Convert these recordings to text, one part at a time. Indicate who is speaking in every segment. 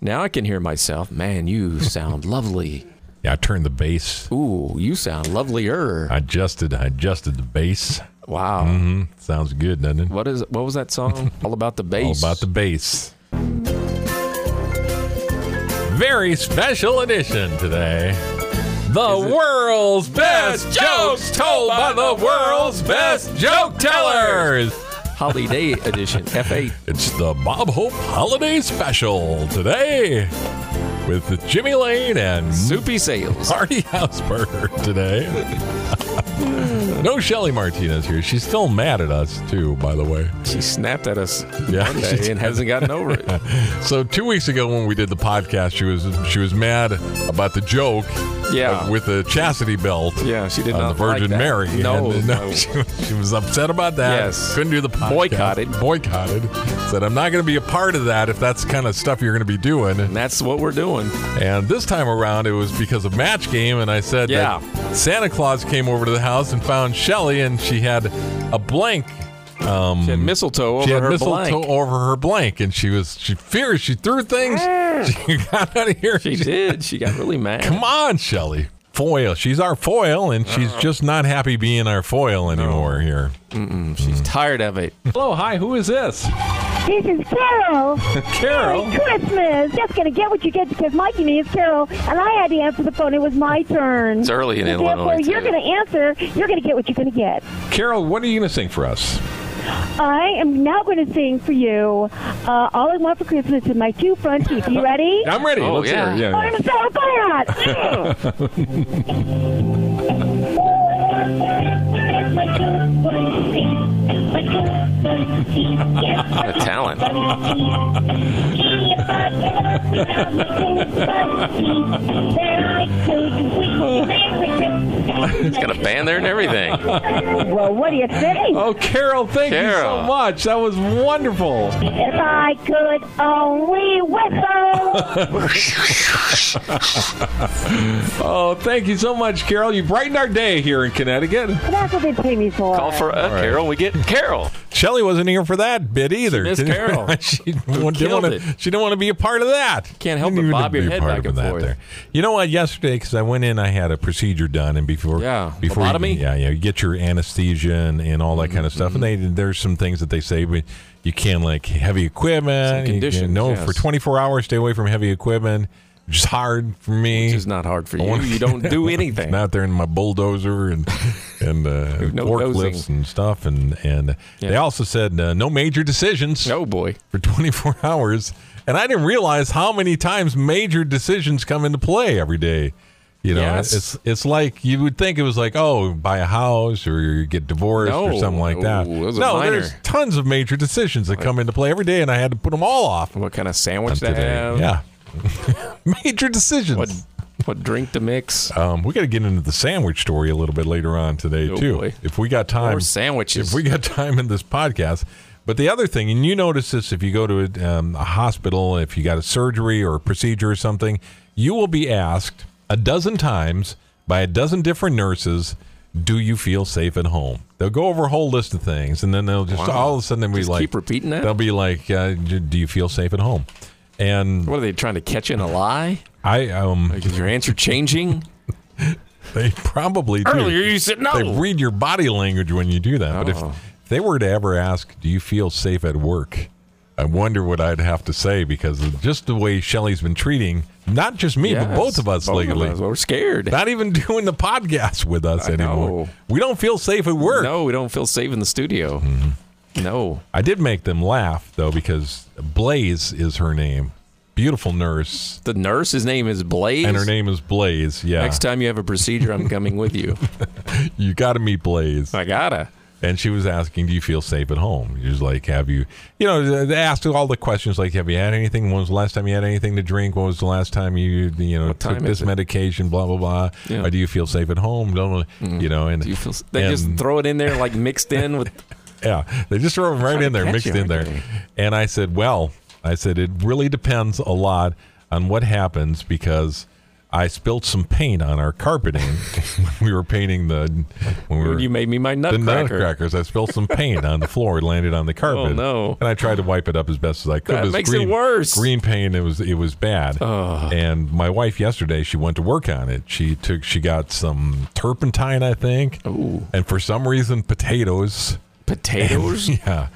Speaker 1: Now I can hear myself. Man, you sound lovely.
Speaker 2: Yeah, I turned the bass.
Speaker 1: Ooh, you sound lovelier.
Speaker 2: I adjusted. I adjusted the bass.
Speaker 1: Wow.
Speaker 2: hmm Sounds good, doesn't it?
Speaker 1: What is what was that song? All about the
Speaker 2: All
Speaker 1: bass.
Speaker 2: about the bass. Very special edition today. The world's best jokes told by the world's best joke tellers.
Speaker 1: holiday edition. F eight.
Speaker 2: It's the Bob Hope Holiday Special today with Jimmy Lane and
Speaker 1: Soupy sales.
Speaker 2: Marty Hausberger today. no Shelly Martinez here. She's still mad at us, too, by the way.
Speaker 1: She snapped at us
Speaker 2: Yeah, she
Speaker 1: Monday
Speaker 2: did.
Speaker 1: and hasn't gotten over it.
Speaker 2: So two weeks ago when we did the podcast, she was she was mad about the joke
Speaker 1: Yeah.
Speaker 2: with the chastity belt
Speaker 1: Yeah, she did
Speaker 2: on
Speaker 1: not
Speaker 2: Uh, the Virgin
Speaker 1: like that.
Speaker 2: Mary.
Speaker 1: No,
Speaker 2: And, uh,
Speaker 1: no.
Speaker 2: She, she was upset about that.
Speaker 1: Yes.
Speaker 2: Couldn't do the podcast.
Speaker 1: Boycotted.
Speaker 2: Boycotted. Said, I'm not going to be a part of that if that's the kind of stuff you're going to be doing.
Speaker 1: And that's what we're doing.
Speaker 2: And this time around, it was because of match game. And I said
Speaker 1: Yeah.
Speaker 2: that Santa Claus came over to the house and found Shelly, and she had a blank. Um,
Speaker 1: She had mistletoe over
Speaker 2: she had
Speaker 1: her
Speaker 2: mistletoe
Speaker 1: blank.
Speaker 2: over her blank, and she was she feared she threw things. She got out of here.
Speaker 1: Ah. She did. She got really mad.
Speaker 2: Come on, Shelly. Foil. She's our foil, and she's
Speaker 1: Uh-huh.
Speaker 2: just not happy being our foil anymore here.
Speaker 1: She's tired of it.
Speaker 3: Hello, hi, who is this?
Speaker 4: This is Carol.
Speaker 3: Carol.
Speaker 4: Merry Christmas. Just gonna get what you get because my name is Carol, and I had to answer the phone. It was my turn.
Speaker 1: It's early in
Speaker 4: Therefore,
Speaker 1: Illinois.
Speaker 4: you're
Speaker 1: too.
Speaker 4: gonna answer. You're gonna get what you're gonna get.
Speaker 3: Carol, what are you going to sing for us?
Speaker 4: I am now gonna sing for you. Uh, All I want for Christmas is my two front teeth. You ready?
Speaker 3: I'm ready.
Speaker 1: Oh,
Speaker 3: Let's hear
Speaker 1: yeah.
Speaker 3: it.
Speaker 4: I'm so glad.
Speaker 1: What a talent. She's got a band there and everything.
Speaker 4: well, what do you think?
Speaker 3: Oh, Carol, thank you
Speaker 1: Carol.
Speaker 3: so much. That was wonderful.
Speaker 4: If I could only whistle.
Speaker 3: Oh, thank you so much, Carol. You brightened our day here in Connecticut.
Speaker 4: That's what they pay me for.
Speaker 1: Call for a
Speaker 2: right.
Speaker 1: Carol. We get Carol.
Speaker 2: Shelly wasn't here for that bit either.
Speaker 1: missed
Speaker 2: Didn't-
Speaker 1: Carol.
Speaker 2: she, didn't want
Speaker 1: it.
Speaker 2: to, she didn't want to be a part of that.
Speaker 1: Can't help
Speaker 2: Didn't
Speaker 1: but
Speaker 2: even
Speaker 1: bob your
Speaker 2: be a
Speaker 1: head
Speaker 2: part
Speaker 1: back and
Speaker 2: of that
Speaker 1: forth.
Speaker 2: You know what? Yesterday, because I went in, I had a procedure done, and before
Speaker 1: Yeah,
Speaker 2: before
Speaker 1: lobotomy? Mm-hmm,
Speaker 2: You, yeah, yeah, you get your anesthesia and, and all that kind of stuff. And they there's some things that they say, but you can not like heavy equipment.
Speaker 1: Some
Speaker 2: you can-
Speaker 1: conditions,
Speaker 2: No,
Speaker 1: yes.
Speaker 2: for 24 hours, stay away from heavy equipment. Which is hard for me.
Speaker 1: Which is not hard for
Speaker 2: I
Speaker 1: you.
Speaker 2: wanna-
Speaker 1: You don't do
Speaker 2: It's
Speaker 1: anything.
Speaker 2: not there in my bulldozer and and uh,
Speaker 1: No
Speaker 2: forklifts
Speaker 1: dozing.
Speaker 2: and stuff. And and they
Speaker 1: Yeah.
Speaker 2: also said uh, no major decisions
Speaker 1: Oh boy.
Speaker 2: for 24 hours. And I didn't realize how many times major decisions come into play every day. You know,
Speaker 1: Yes.
Speaker 2: it's it's like you would think it was like oh, buy a house or you get divorced or
Speaker 1: No.
Speaker 2: something like that.
Speaker 1: Oh, those are
Speaker 2: no,
Speaker 1: minor.
Speaker 2: there's tons of major decisions that come into play every day, and I had to put them all off
Speaker 1: What kind of sandwich to
Speaker 2: today.
Speaker 1: have?
Speaker 2: Yeah, major decisions.
Speaker 1: What what drink to mix?
Speaker 2: Um, we got to get into the sandwich story a little bit later on today
Speaker 1: Oh,
Speaker 2: too,
Speaker 1: boy.
Speaker 2: if we got time.
Speaker 1: More sandwiches.
Speaker 2: If we got time in this podcast. But the other thing, and you notice this if you go to a, um, a hospital, if you got a surgery or a procedure or something, you will be asked a dozen times by a dozen different nurses, "Do you feel safe at home?" They'll go over a whole list of things, and then they'll just
Speaker 1: Wow.
Speaker 2: all of a sudden they'll be
Speaker 1: Just
Speaker 2: like,
Speaker 1: keep repeating that?
Speaker 2: They'll be like, uh, d- "Do you feel safe at home?" And
Speaker 1: What are they trying to catch in a lie?
Speaker 2: I um,
Speaker 1: Is your answer changing?
Speaker 2: they probably do.
Speaker 1: Earlier you said no.
Speaker 2: They read your body language when you do that. But if,
Speaker 1: Oh.
Speaker 2: if they were to ever ask, "Do you feel safe at work?" I wonder what I'd have to say because of just the way Shelly's been treating not just me but
Speaker 1: Yes,
Speaker 2: both of us
Speaker 1: both
Speaker 2: lately.
Speaker 1: us. We're scared.
Speaker 2: Not even doing the podcast with us
Speaker 1: I
Speaker 2: anymore.
Speaker 1: know.
Speaker 2: We don't feel safe at work.
Speaker 1: No, we don't feel safe in the studio.
Speaker 2: Mm-hmm.
Speaker 1: No.
Speaker 2: I did make them laugh though because Blaze is her name. Beautiful nurse,
Speaker 1: The nurse, his name is Blaze.
Speaker 2: and her name is Blaze. Yeah,
Speaker 1: Next time you have a procedure, I'm coming with you.
Speaker 2: you got to meet Blaze.
Speaker 1: I gotta.
Speaker 2: and she was asking, "Do you feel safe at home?" She was like, "Have you, you know?" They asked all the questions like, "Have you had anything? When was the last time you had anything to drink? When was the last time you, you know, took
Speaker 1: time
Speaker 2: this
Speaker 1: is it?"
Speaker 2: medication?" Blah blah blah.
Speaker 1: Yeah. Mm-hmm.
Speaker 2: Or do you feel safe at home? Blah, blah, You know, and
Speaker 1: Do you feel? s- They
Speaker 2: and-
Speaker 1: just throw it in there like mixed in with.
Speaker 2: yeah, they just throw them right in there,
Speaker 1: catch
Speaker 2: mixed
Speaker 1: you,
Speaker 2: in there.
Speaker 1: aren't they?
Speaker 2: And I said, well, I said it really depends a lot on what happens because I spilled some paint on our carpeting when we were painting the when we were
Speaker 1: Dude, you made me my
Speaker 2: the
Speaker 1: nutcracker. Oh,
Speaker 2: nutcrackers. I spilled some paint on the floor. It landed on the carpet.
Speaker 1: no.
Speaker 2: And I tried to wipe it up as best as I could.
Speaker 1: That
Speaker 2: It was
Speaker 1: makes it
Speaker 2: green,
Speaker 1: worse.
Speaker 2: Green paint. It was it was bad. And my wife yesterday, she went to work on it. She took she got some turpentine, I think.
Speaker 1: Ooh.
Speaker 2: And for some reason, potatoes.
Speaker 1: Potatoes?
Speaker 2: Yeah,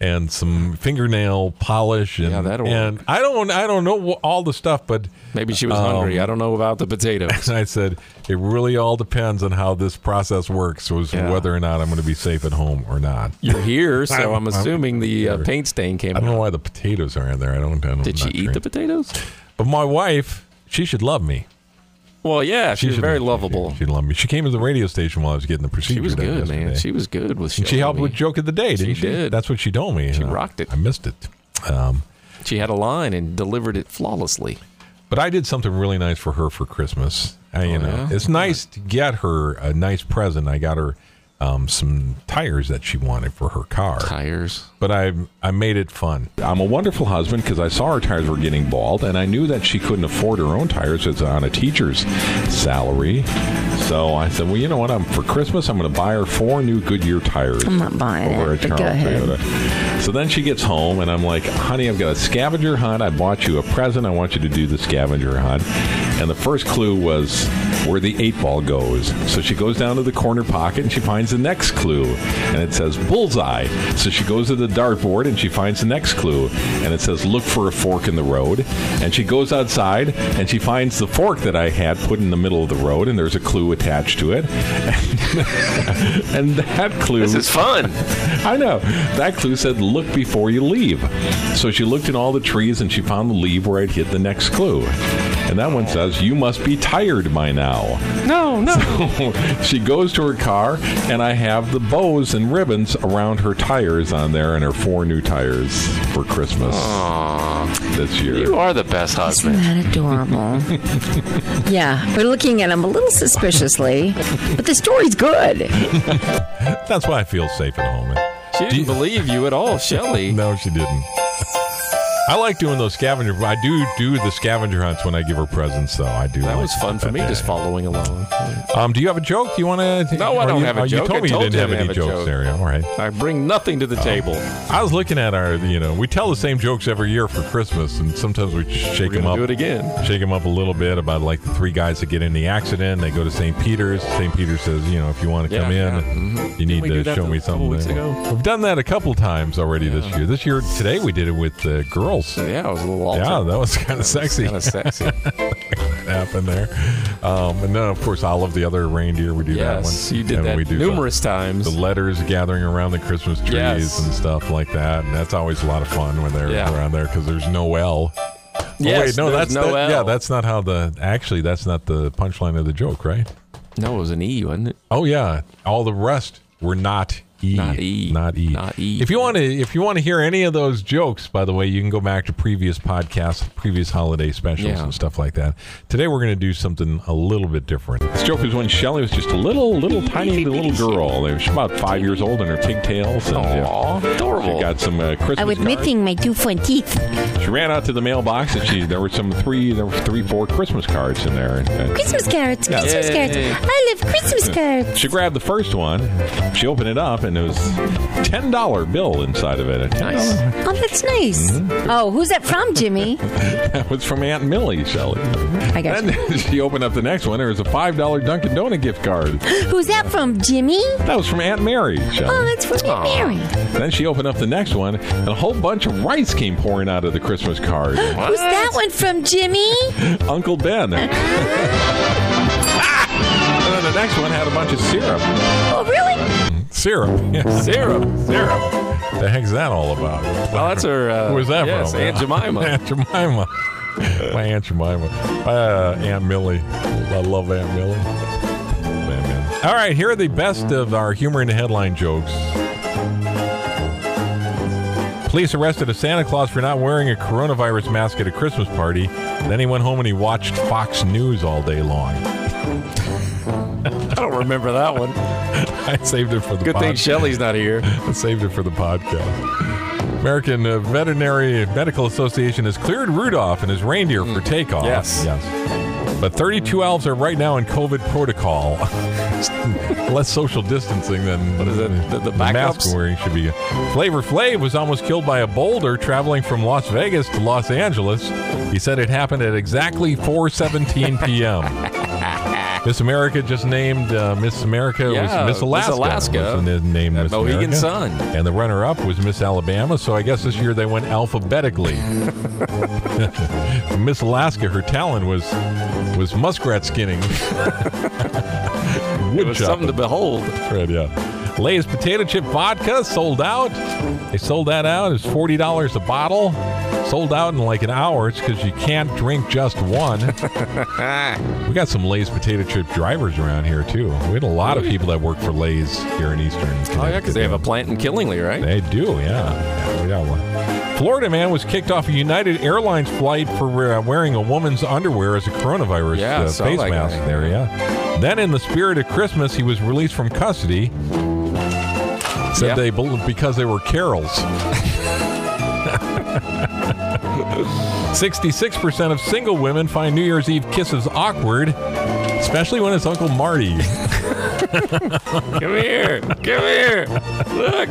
Speaker 2: and some fingernail polish. And,
Speaker 1: Yeah, that'll
Speaker 2: And I don't I don't know wh- all the stuff, but
Speaker 1: Maybe she was
Speaker 2: Um,
Speaker 1: hungry. I don't know about the potatoes.
Speaker 2: and I said, it really all depends on how this process works, was
Speaker 1: Yeah.
Speaker 2: whether or not I'm going to be safe at home or not.
Speaker 1: You're here, so
Speaker 2: I'm-
Speaker 1: I'm assuming the uh,
Speaker 2: here.
Speaker 1: paint stain came
Speaker 2: I don't
Speaker 1: out.
Speaker 2: know why the potatoes are in there. I don't. I don't
Speaker 1: Did she
Speaker 2: not
Speaker 1: eat
Speaker 2: sure.
Speaker 1: the potatoes?
Speaker 2: But my wife, she should love me.
Speaker 1: Well, yeah, she, was
Speaker 2: should-
Speaker 1: very
Speaker 2: she-
Speaker 1: lovable.
Speaker 2: She,
Speaker 1: She,
Speaker 2: she'd love me. She came to the radio station while I was getting the procedure.
Speaker 1: was
Speaker 2: done
Speaker 1: good, man.
Speaker 2: yesterday.
Speaker 1: She was good with.
Speaker 2: And she
Speaker 1: showing
Speaker 2: helped
Speaker 1: me.
Speaker 2: with joke of the day, didn't she?
Speaker 1: did.
Speaker 2: That's what she told me. She
Speaker 1: rocked it.
Speaker 2: I missed it. Um,
Speaker 1: She had a line and delivered it flawlessly.
Speaker 2: But I did something really nice for her for Christmas. I, you know,
Speaker 1: Oh, yeah?
Speaker 2: it's nice to get her a nice present. I got her um, some tires that she wanted for her car.
Speaker 1: Tires.
Speaker 2: But I I made it fun.
Speaker 3: I'm a wonderful husband because I saw her tires were getting bald, and I knew that she couldn't afford her own tires. It's on a teacher's salary. So I said, well, you know what? I'm for Christmas. I'm going to buy her four new Goodyear tires.
Speaker 5: I'm not buying
Speaker 3: over
Speaker 5: it,
Speaker 3: at
Speaker 5: but go
Speaker 3: Charles
Speaker 5: ahead.
Speaker 3: Toyota. So then she gets home, and I'm like, honey, I've got a scavenger hunt. I bought you a present. I want you to do the scavenger hunt. And the first clue was where the eight ball goes. So she goes down to the corner pocket and she finds the next clue, and it says bullseye. So she goes to the dartboard and she finds the next clue, and it says look for a fork in the road. And she goes outside and she finds the fork that I had put in the middle of the road, and there's a clue attached to it. and that clue
Speaker 1: fun.
Speaker 3: I know. That clue said, look before you leave. So she looked in all the trees and she found the leaf where I'd hit the next clue. And that one says, you must be tired by now.
Speaker 1: No, no.
Speaker 3: she goes to her car, and I have the bows and ribbons around her tires on there and her four new tires for Christmas this year.
Speaker 1: are the best
Speaker 5: Isn't that adorable? yeah, we're looking at him a little suspiciously, but the story's good.
Speaker 2: That's why I feel safe at home.
Speaker 1: She didn't believe you at all, Shelley.
Speaker 2: No, she didn't. I like doing those scavenger. I do do the scavenger hunts when I give her presents, though. I do.
Speaker 1: That
Speaker 2: like
Speaker 1: was fun for me, just following along.
Speaker 2: Um, do you have a joke? Do you want to?
Speaker 1: No, I don't have a
Speaker 2: You
Speaker 1: joke.
Speaker 2: told
Speaker 1: I
Speaker 2: me
Speaker 1: told
Speaker 2: you didn't
Speaker 1: you I
Speaker 2: have
Speaker 1: didn't
Speaker 2: any
Speaker 1: have a
Speaker 2: jokes
Speaker 1: joke.
Speaker 2: there. All right.
Speaker 1: I bring nothing
Speaker 2: Oh,
Speaker 1: to the table.
Speaker 2: I was looking at our, you know, we tell the same jokes every year for Christmas, and sometimes we shake
Speaker 1: We're
Speaker 2: them
Speaker 1: gonna
Speaker 2: up,
Speaker 1: do it again.
Speaker 2: shake them up a little bit about like the three guys that get in the accident. They go to St. Peter's. St. Peter says, you know, if you want to
Speaker 1: Yeah,
Speaker 2: come in,
Speaker 1: yeah. Mm-hmm.
Speaker 2: you need
Speaker 1: we do
Speaker 2: to
Speaker 1: that
Speaker 2: show
Speaker 1: a
Speaker 2: me
Speaker 1: couple
Speaker 2: something.
Speaker 1: weeks ago?
Speaker 2: We've done that a couple times already this year. This year, today we did it with uh, girls.
Speaker 1: Yeah, I was a little altered.
Speaker 2: Yeah, that was kind of sexy.
Speaker 1: Kind of sexy.
Speaker 2: that happened there. Um, and then, of course, Olive the other reindeer. We do
Speaker 1: yes,
Speaker 2: that one.
Speaker 1: you did
Speaker 2: and
Speaker 1: that
Speaker 2: we do some-
Speaker 1: numerous times.
Speaker 2: the letters gathering around the Christmas trees
Speaker 1: Yes.
Speaker 2: and stuff like that. And that's always a lot of fun when they're
Speaker 1: Yeah.
Speaker 2: around there because there's no L.
Speaker 1: yes,
Speaker 2: oh, wait, no,
Speaker 1: there's
Speaker 2: that's
Speaker 1: no L.
Speaker 2: that- yeah, that's not how the actually that's not the punchline of the joke, right?
Speaker 1: no, it was an E, wasn't it?
Speaker 2: Oh yeah, all the rest were not E,
Speaker 1: Not E.
Speaker 2: not E,
Speaker 1: Not E.
Speaker 2: If you want to, if you want to hear any of those jokes, by the way, you can go back to previous podcasts, previous holiday specials,
Speaker 1: Yeah.
Speaker 2: and stuff like that. Today we're going to do something a little bit different.
Speaker 3: This joke is when Shelley was just a little, little tiny little girl. She was about five years old and her pigtails. And,
Speaker 1: Aw,
Speaker 3: yeah,
Speaker 1: adorable.
Speaker 3: She got some uh, Christmas
Speaker 5: I was
Speaker 3: cards.
Speaker 5: missing my two front teeth.
Speaker 3: She ran out to the mailbox and she there were some three there were three four Christmas cards in there. And uh,
Speaker 5: Christmas cards,
Speaker 3: Yeah.
Speaker 5: Christmas cards.
Speaker 1: Yay.
Speaker 5: I love Christmas cards.
Speaker 3: she grabbed the first one. She opened it up and it was ten dollar bill inside of it. A $10
Speaker 1: Nice.
Speaker 5: Oh, that's nice. Oh, who's that from, Jimmy?
Speaker 3: That was from Aunt Millie, Shelley.
Speaker 5: I got you.
Speaker 3: Then she opened up the next one. There was a five dollar Dunkin' Donut gift card.
Speaker 5: Who's that from, Jimmy?
Speaker 3: That was from Aunt Mary,
Speaker 5: Oh,
Speaker 3: Shelley.
Speaker 5: that's from Aunt Mary.
Speaker 3: Then she opened up the next one and a whole bunch of rice came pouring out of the Christmas card.
Speaker 5: Who's that one from, Jimmy?
Speaker 3: Uncle Ben. Ah! And then the next one had a bunch of syrup.
Speaker 5: Oh, really?
Speaker 2: Syrup, yeah,
Speaker 1: Syrup.
Speaker 2: syrup. The heck's that all about?
Speaker 1: Well, that's her. Uh,
Speaker 2: Where's that
Speaker 1: yes,
Speaker 2: from?
Speaker 1: Aunt Jemima.
Speaker 2: Aunt Jemima. My Aunt Jemima. Uh, Aunt Millie. I love Aunt Millie. Man, man. All right, here are the best of our humor in the headline jokes. Police arrested a Santa Claus for not wearing a coronavirus mask at a Christmas party. Then he went home and he watched Fox News all day long.
Speaker 1: I don't remember that one.
Speaker 2: I saved it for the
Speaker 1: Good thing
Speaker 2: podcast.
Speaker 1: Shelley's not here.
Speaker 2: I saved it for the podcast. American uh, Veterinary Medical Association has cleared Rudolph and his reindeer for takeoff.
Speaker 1: Mm. Yes.
Speaker 2: Yes. But 32 elves are right now in COVID protocol. Less social distancing than
Speaker 1: What is it? The- the
Speaker 2: mask
Speaker 1: backups?
Speaker 2: wearing should be. Flavor Flav was almost killed by a boulder traveling from Las Vegas to Los Angeles. He said it happened at exactly 4:17 p.m. Miss America just named uh, Miss America
Speaker 1: Yeah,
Speaker 2: was Miss
Speaker 1: Miss
Speaker 2: Alaska.
Speaker 1: Alaska.
Speaker 2: was the name
Speaker 1: That
Speaker 2: Miss
Speaker 1: Mohegan
Speaker 2: America.
Speaker 1: Sun.
Speaker 2: And the runner-up was Miss Alabama. So I guess this year they went alphabetically. Miss Alaska, her talent was was muskrat skinning. Wood
Speaker 1: It was something to behold.
Speaker 2: bread, yeah. Lay's potato chip vodka sold out. They sold that out. It's forty dollars a bottle. Sold out in like an hour. It's because you can't drink just one. we got some Lay's potato chip drivers around here too. We had a lot of people that work for Lay's here in Eastern.
Speaker 1: Oh, yeah, because they have a plant in Killingly, right?
Speaker 2: They do, yeah. Yeah, we got one. Florida man was kicked off a United Airlines flight for uh, wearing a woman's underwear as a coronavirus
Speaker 1: Yeah,
Speaker 2: uh,
Speaker 1: I saw
Speaker 2: face
Speaker 1: that
Speaker 2: mask.
Speaker 1: guy.
Speaker 2: There, yeah. Then, in the spirit of Christmas, he was released from custody. Said
Speaker 1: Yeah.
Speaker 2: they bel- because they were carols. 66% of single women find New Year's Eve kisses awkward, especially when it's Uncle Marty.
Speaker 1: Come here. Come here. Look.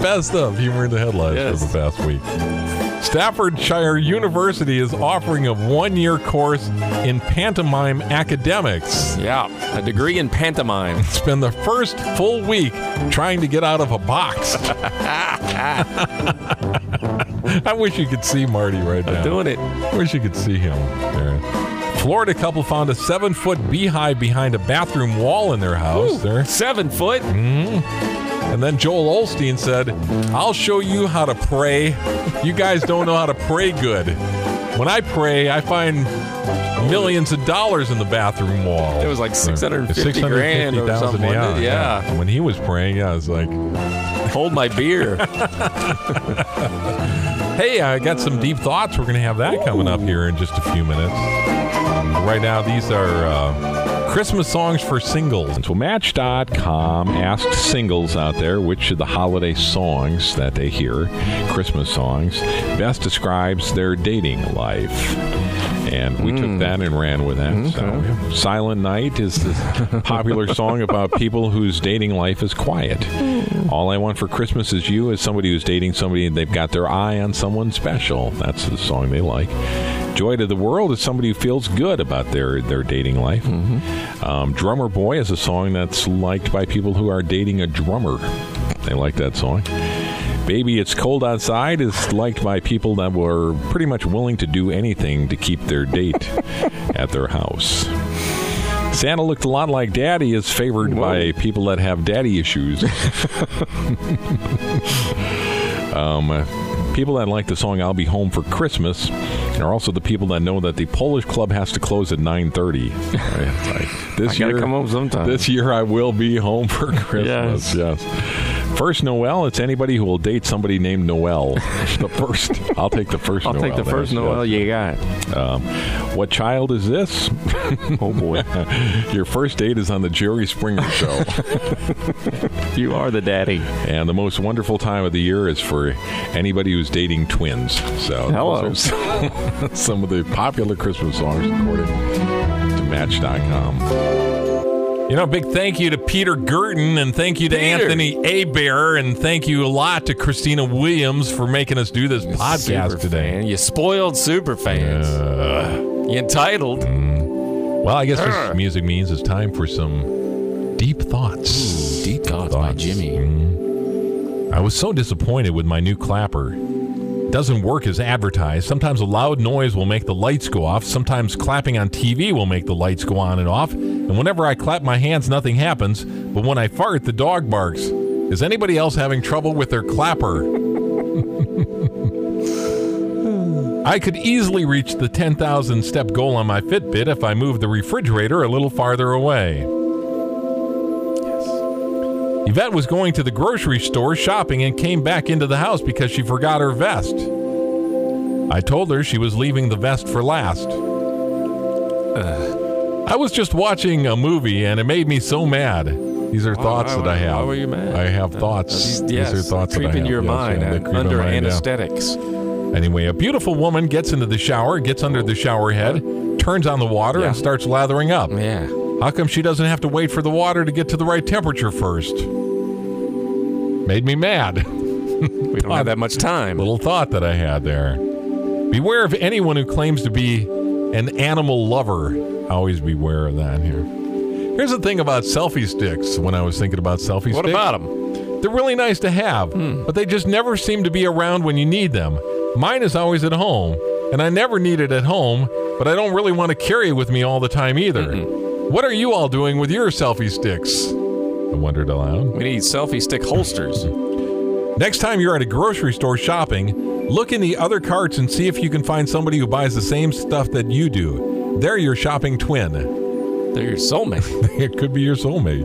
Speaker 2: best of humor in the headlines
Speaker 1: Yes.
Speaker 2: for the past week. Staffordshire University is offering a one year course in pantomime academics.
Speaker 1: Yeah, a degree in pantomime.
Speaker 2: Spend the first full week trying to get out of a box. I wish you could see Marty right now.
Speaker 1: Doing it.
Speaker 2: Wish you could see him. There. Florida couple found a seven foot beehive behind a bathroom wall in their house. There.
Speaker 1: Seven foot.
Speaker 2: And then Joel Olstein said, I'll show you how to pray. You guys don't know how to pray good. When I pray, I find millions of dollars in the bathroom wall.
Speaker 1: It was like 650 grand or
Speaker 2: 650,000,
Speaker 1: something, wasn't it? Yeah.
Speaker 2: And When he was praying, I was like,
Speaker 1: Hold my beer.
Speaker 2: hey, I got some deep thoughts. We're going to have that coming up here in just a few minutes. Right now, these are uh, Christmas songs for singles.
Speaker 3: So Match.com asked singles out there which of the holiday songs that they hear, Christmas songs, best describes their dating life. And we took that and ran with that. So, Silent Night is the popular song about people whose dating life is quiet. All I want for Christmas is you is somebody who's dating somebody and they've got their eye on someone special. That's the song they like. Joy to the World is somebody who feels good about their, their dating life. Um, drummer Boy is a song that's liked by people who are dating a drummer. They like that song. Baby It's Cold Outside is liked by people that were pretty much willing to do anything to keep their date at their house. Santa looked a lot like Daddy is favored by people that have daddy issues. um, uh, people that like the song "I'll Be Home for Christmas" are also the people that know that the Polish club has to close at nine thirty. this
Speaker 1: I gotta come home sometime.
Speaker 3: This year I will be home for Christmas. Yes. First Noel, it's anybody who will date somebody named Noel. the first, I'll take the first.
Speaker 1: I'll
Speaker 3: Noel.
Speaker 1: take the
Speaker 3: There's-
Speaker 1: first Noel
Speaker 3: yes.
Speaker 1: you got.
Speaker 3: Um, what child is this? oh boy, your first date is on the Jerry Springer show.
Speaker 1: You are the daddy.
Speaker 3: And the most wonderful time of the year is for anybody who's dating twins. So
Speaker 1: Hello.
Speaker 3: those are some of the popular Christmas songs according to Match.com.
Speaker 2: You know, big thank you to Peter Gurton and thank you to
Speaker 1: Peter.
Speaker 2: Anthony Abear and thank you a lot to Christina Williams for making us do this podcast today.
Speaker 1: Superfan. You spoiled super fans.
Speaker 3: Uh,
Speaker 1: you entitled.
Speaker 2: Mm. Well, I guess
Speaker 1: Urgh.
Speaker 2: this music means it's time for some deep thoughts. Mm.
Speaker 1: Deep thoughts by Jimmy.
Speaker 2: I was so disappointed with my new clapper. Doesn't work as advertised. Sometimes a loud noise will make the lights go off. Sometimes clapping on TV will make the lights go on and off. And whenever I clap my hands, nothing happens. But when I fart, the dog barks. Is anybody else having trouble with their clapper? I could easily reach the 10,000 step goal on my Fitbit if I moved the refrigerator a little farther away. Yvette was going to the grocery store shopping and came back into the house because she forgot her vest. I told her she was leaving the vest for last. I was just watching a movie and it made me so mad. These are thoughts
Speaker 1: why-
Speaker 2: that I have.
Speaker 1: why were you mad? Uh,
Speaker 2: I have thoughts.
Speaker 1: These- Yes,
Speaker 2: These are thoughts that I
Speaker 1: creep in
Speaker 2: have.
Speaker 1: your
Speaker 2: Yes,
Speaker 1: mind
Speaker 2: yeah, they
Speaker 1: uh,
Speaker 2: creep in
Speaker 1: under
Speaker 2: my mind, yeah.
Speaker 1: anesthetics.
Speaker 2: Anyway, a beautiful woman gets into the shower, gets under the shower head, turns on the water
Speaker 1: Yeah.
Speaker 2: and starts lathering up.
Speaker 1: Yeah.
Speaker 2: How come she doesn't have to wait for the water to get to the right temperature first? Made me mad.
Speaker 1: We don't have that much time.
Speaker 2: Little thought that I had there. Beware of anyone who claims to be an animal lover. Always beware of that here. Here's the thing about selfie sticks when I was thinking about selfie sticks.
Speaker 1: What about them?
Speaker 2: They're really nice to have, but they just never seem to be around when you need them. Mine is always at home, and I never need it at home, but I don't really want to carry it with me all the time either. What are you all doing with your selfie sticks? I wondered aloud.
Speaker 1: We need selfie stick holsters.
Speaker 2: Next time you're at a grocery store shopping, look in the other carts and see if you can find somebody who buys the same stuff that you do. They're your shopping twin.
Speaker 1: They're your soulmate.
Speaker 2: It could be your soulmate.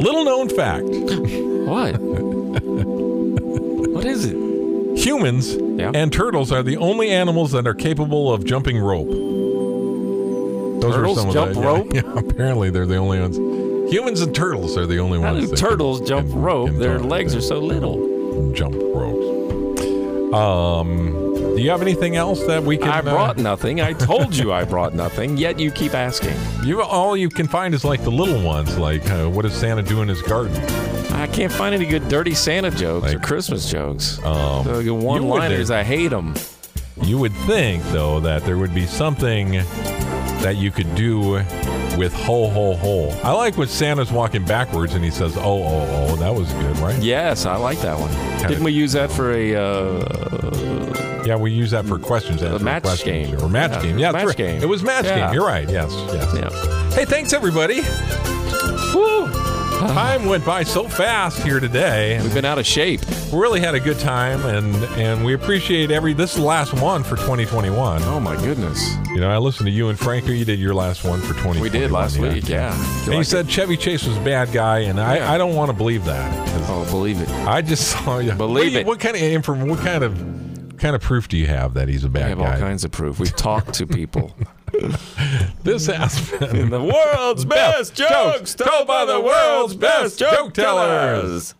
Speaker 2: Little known fact.
Speaker 1: what? what is it?
Speaker 2: Humans
Speaker 1: Yeah.
Speaker 2: and turtles are the only animals that are capable of jumping rope. Those
Speaker 1: Turtles
Speaker 2: of
Speaker 1: jump
Speaker 2: the, yeah,
Speaker 1: rope?
Speaker 2: Yeah, apparently they're the only ones. Humans and turtles are the only
Speaker 1: How
Speaker 2: ones.
Speaker 1: do
Speaker 2: that can-
Speaker 1: turtles jump
Speaker 2: can-
Speaker 1: rope?
Speaker 2: can
Speaker 1: Their
Speaker 2: jump-
Speaker 1: legs are
Speaker 2: that
Speaker 1: so little.
Speaker 2: jump ropes. Um, do you have anything else that we can?
Speaker 1: I
Speaker 2: uh,
Speaker 1: brought nothing. I told you I brought nothing, yet you keep asking.
Speaker 2: you. All you can find is like the little ones. Like, uh, what does Santa do in his garden?
Speaker 1: I can't find any good dirty Santa jokes or
Speaker 2: Like-
Speaker 1: Christmas jokes.
Speaker 2: Um,
Speaker 1: the one liners,
Speaker 2: you would,
Speaker 1: I hate them.
Speaker 2: you would think though that there would be something that you could do with ho ho ho. I like when Santa's walking backwards and he says, "Oh oh oh," that was good, right?
Speaker 1: Yes, I like that one. Didn't we use that for a uh,
Speaker 2: Yeah, we use that for questions. answer
Speaker 1: match
Speaker 2: questions,
Speaker 1: game.
Speaker 2: or match
Speaker 1: Yeah,
Speaker 2: game. Yeah, that's
Speaker 1: match
Speaker 2: right.
Speaker 1: game.
Speaker 2: It was match
Speaker 1: Yeah.
Speaker 2: game. You're right. Yes, yes.
Speaker 1: yeah.
Speaker 2: Hey, thanks everybody. Woo!
Speaker 1: Uh-huh.
Speaker 2: Time went by so fast here today.
Speaker 1: We've been out of shape.
Speaker 2: We really had a good time, and and we appreciate every. This is the last one for 2021.
Speaker 1: Oh my goodness.
Speaker 2: You know, I listened to you and Franco. You did your last one for 20.
Speaker 1: We did last week, yeah.
Speaker 2: And you said Chevy Chase was a bad guy, and I,
Speaker 1: Yeah.
Speaker 2: I don't want to believe that. 'cause
Speaker 1: Oh, believe it.
Speaker 2: I just saw you.
Speaker 1: Believe
Speaker 2: what do you-
Speaker 1: it.
Speaker 2: What kind of inform? What kind of kind of proof do you have that he's a
Speaker 1: We
Speaker 2: bad
Speaker 1: have all
Speaker 2: guy?
Speaker 1: kinds of proof. We've talked to people.
Speaker 2: This has been
Speaker 1: the world's best
Speaker 2: jokes told by the world's best joke tellers.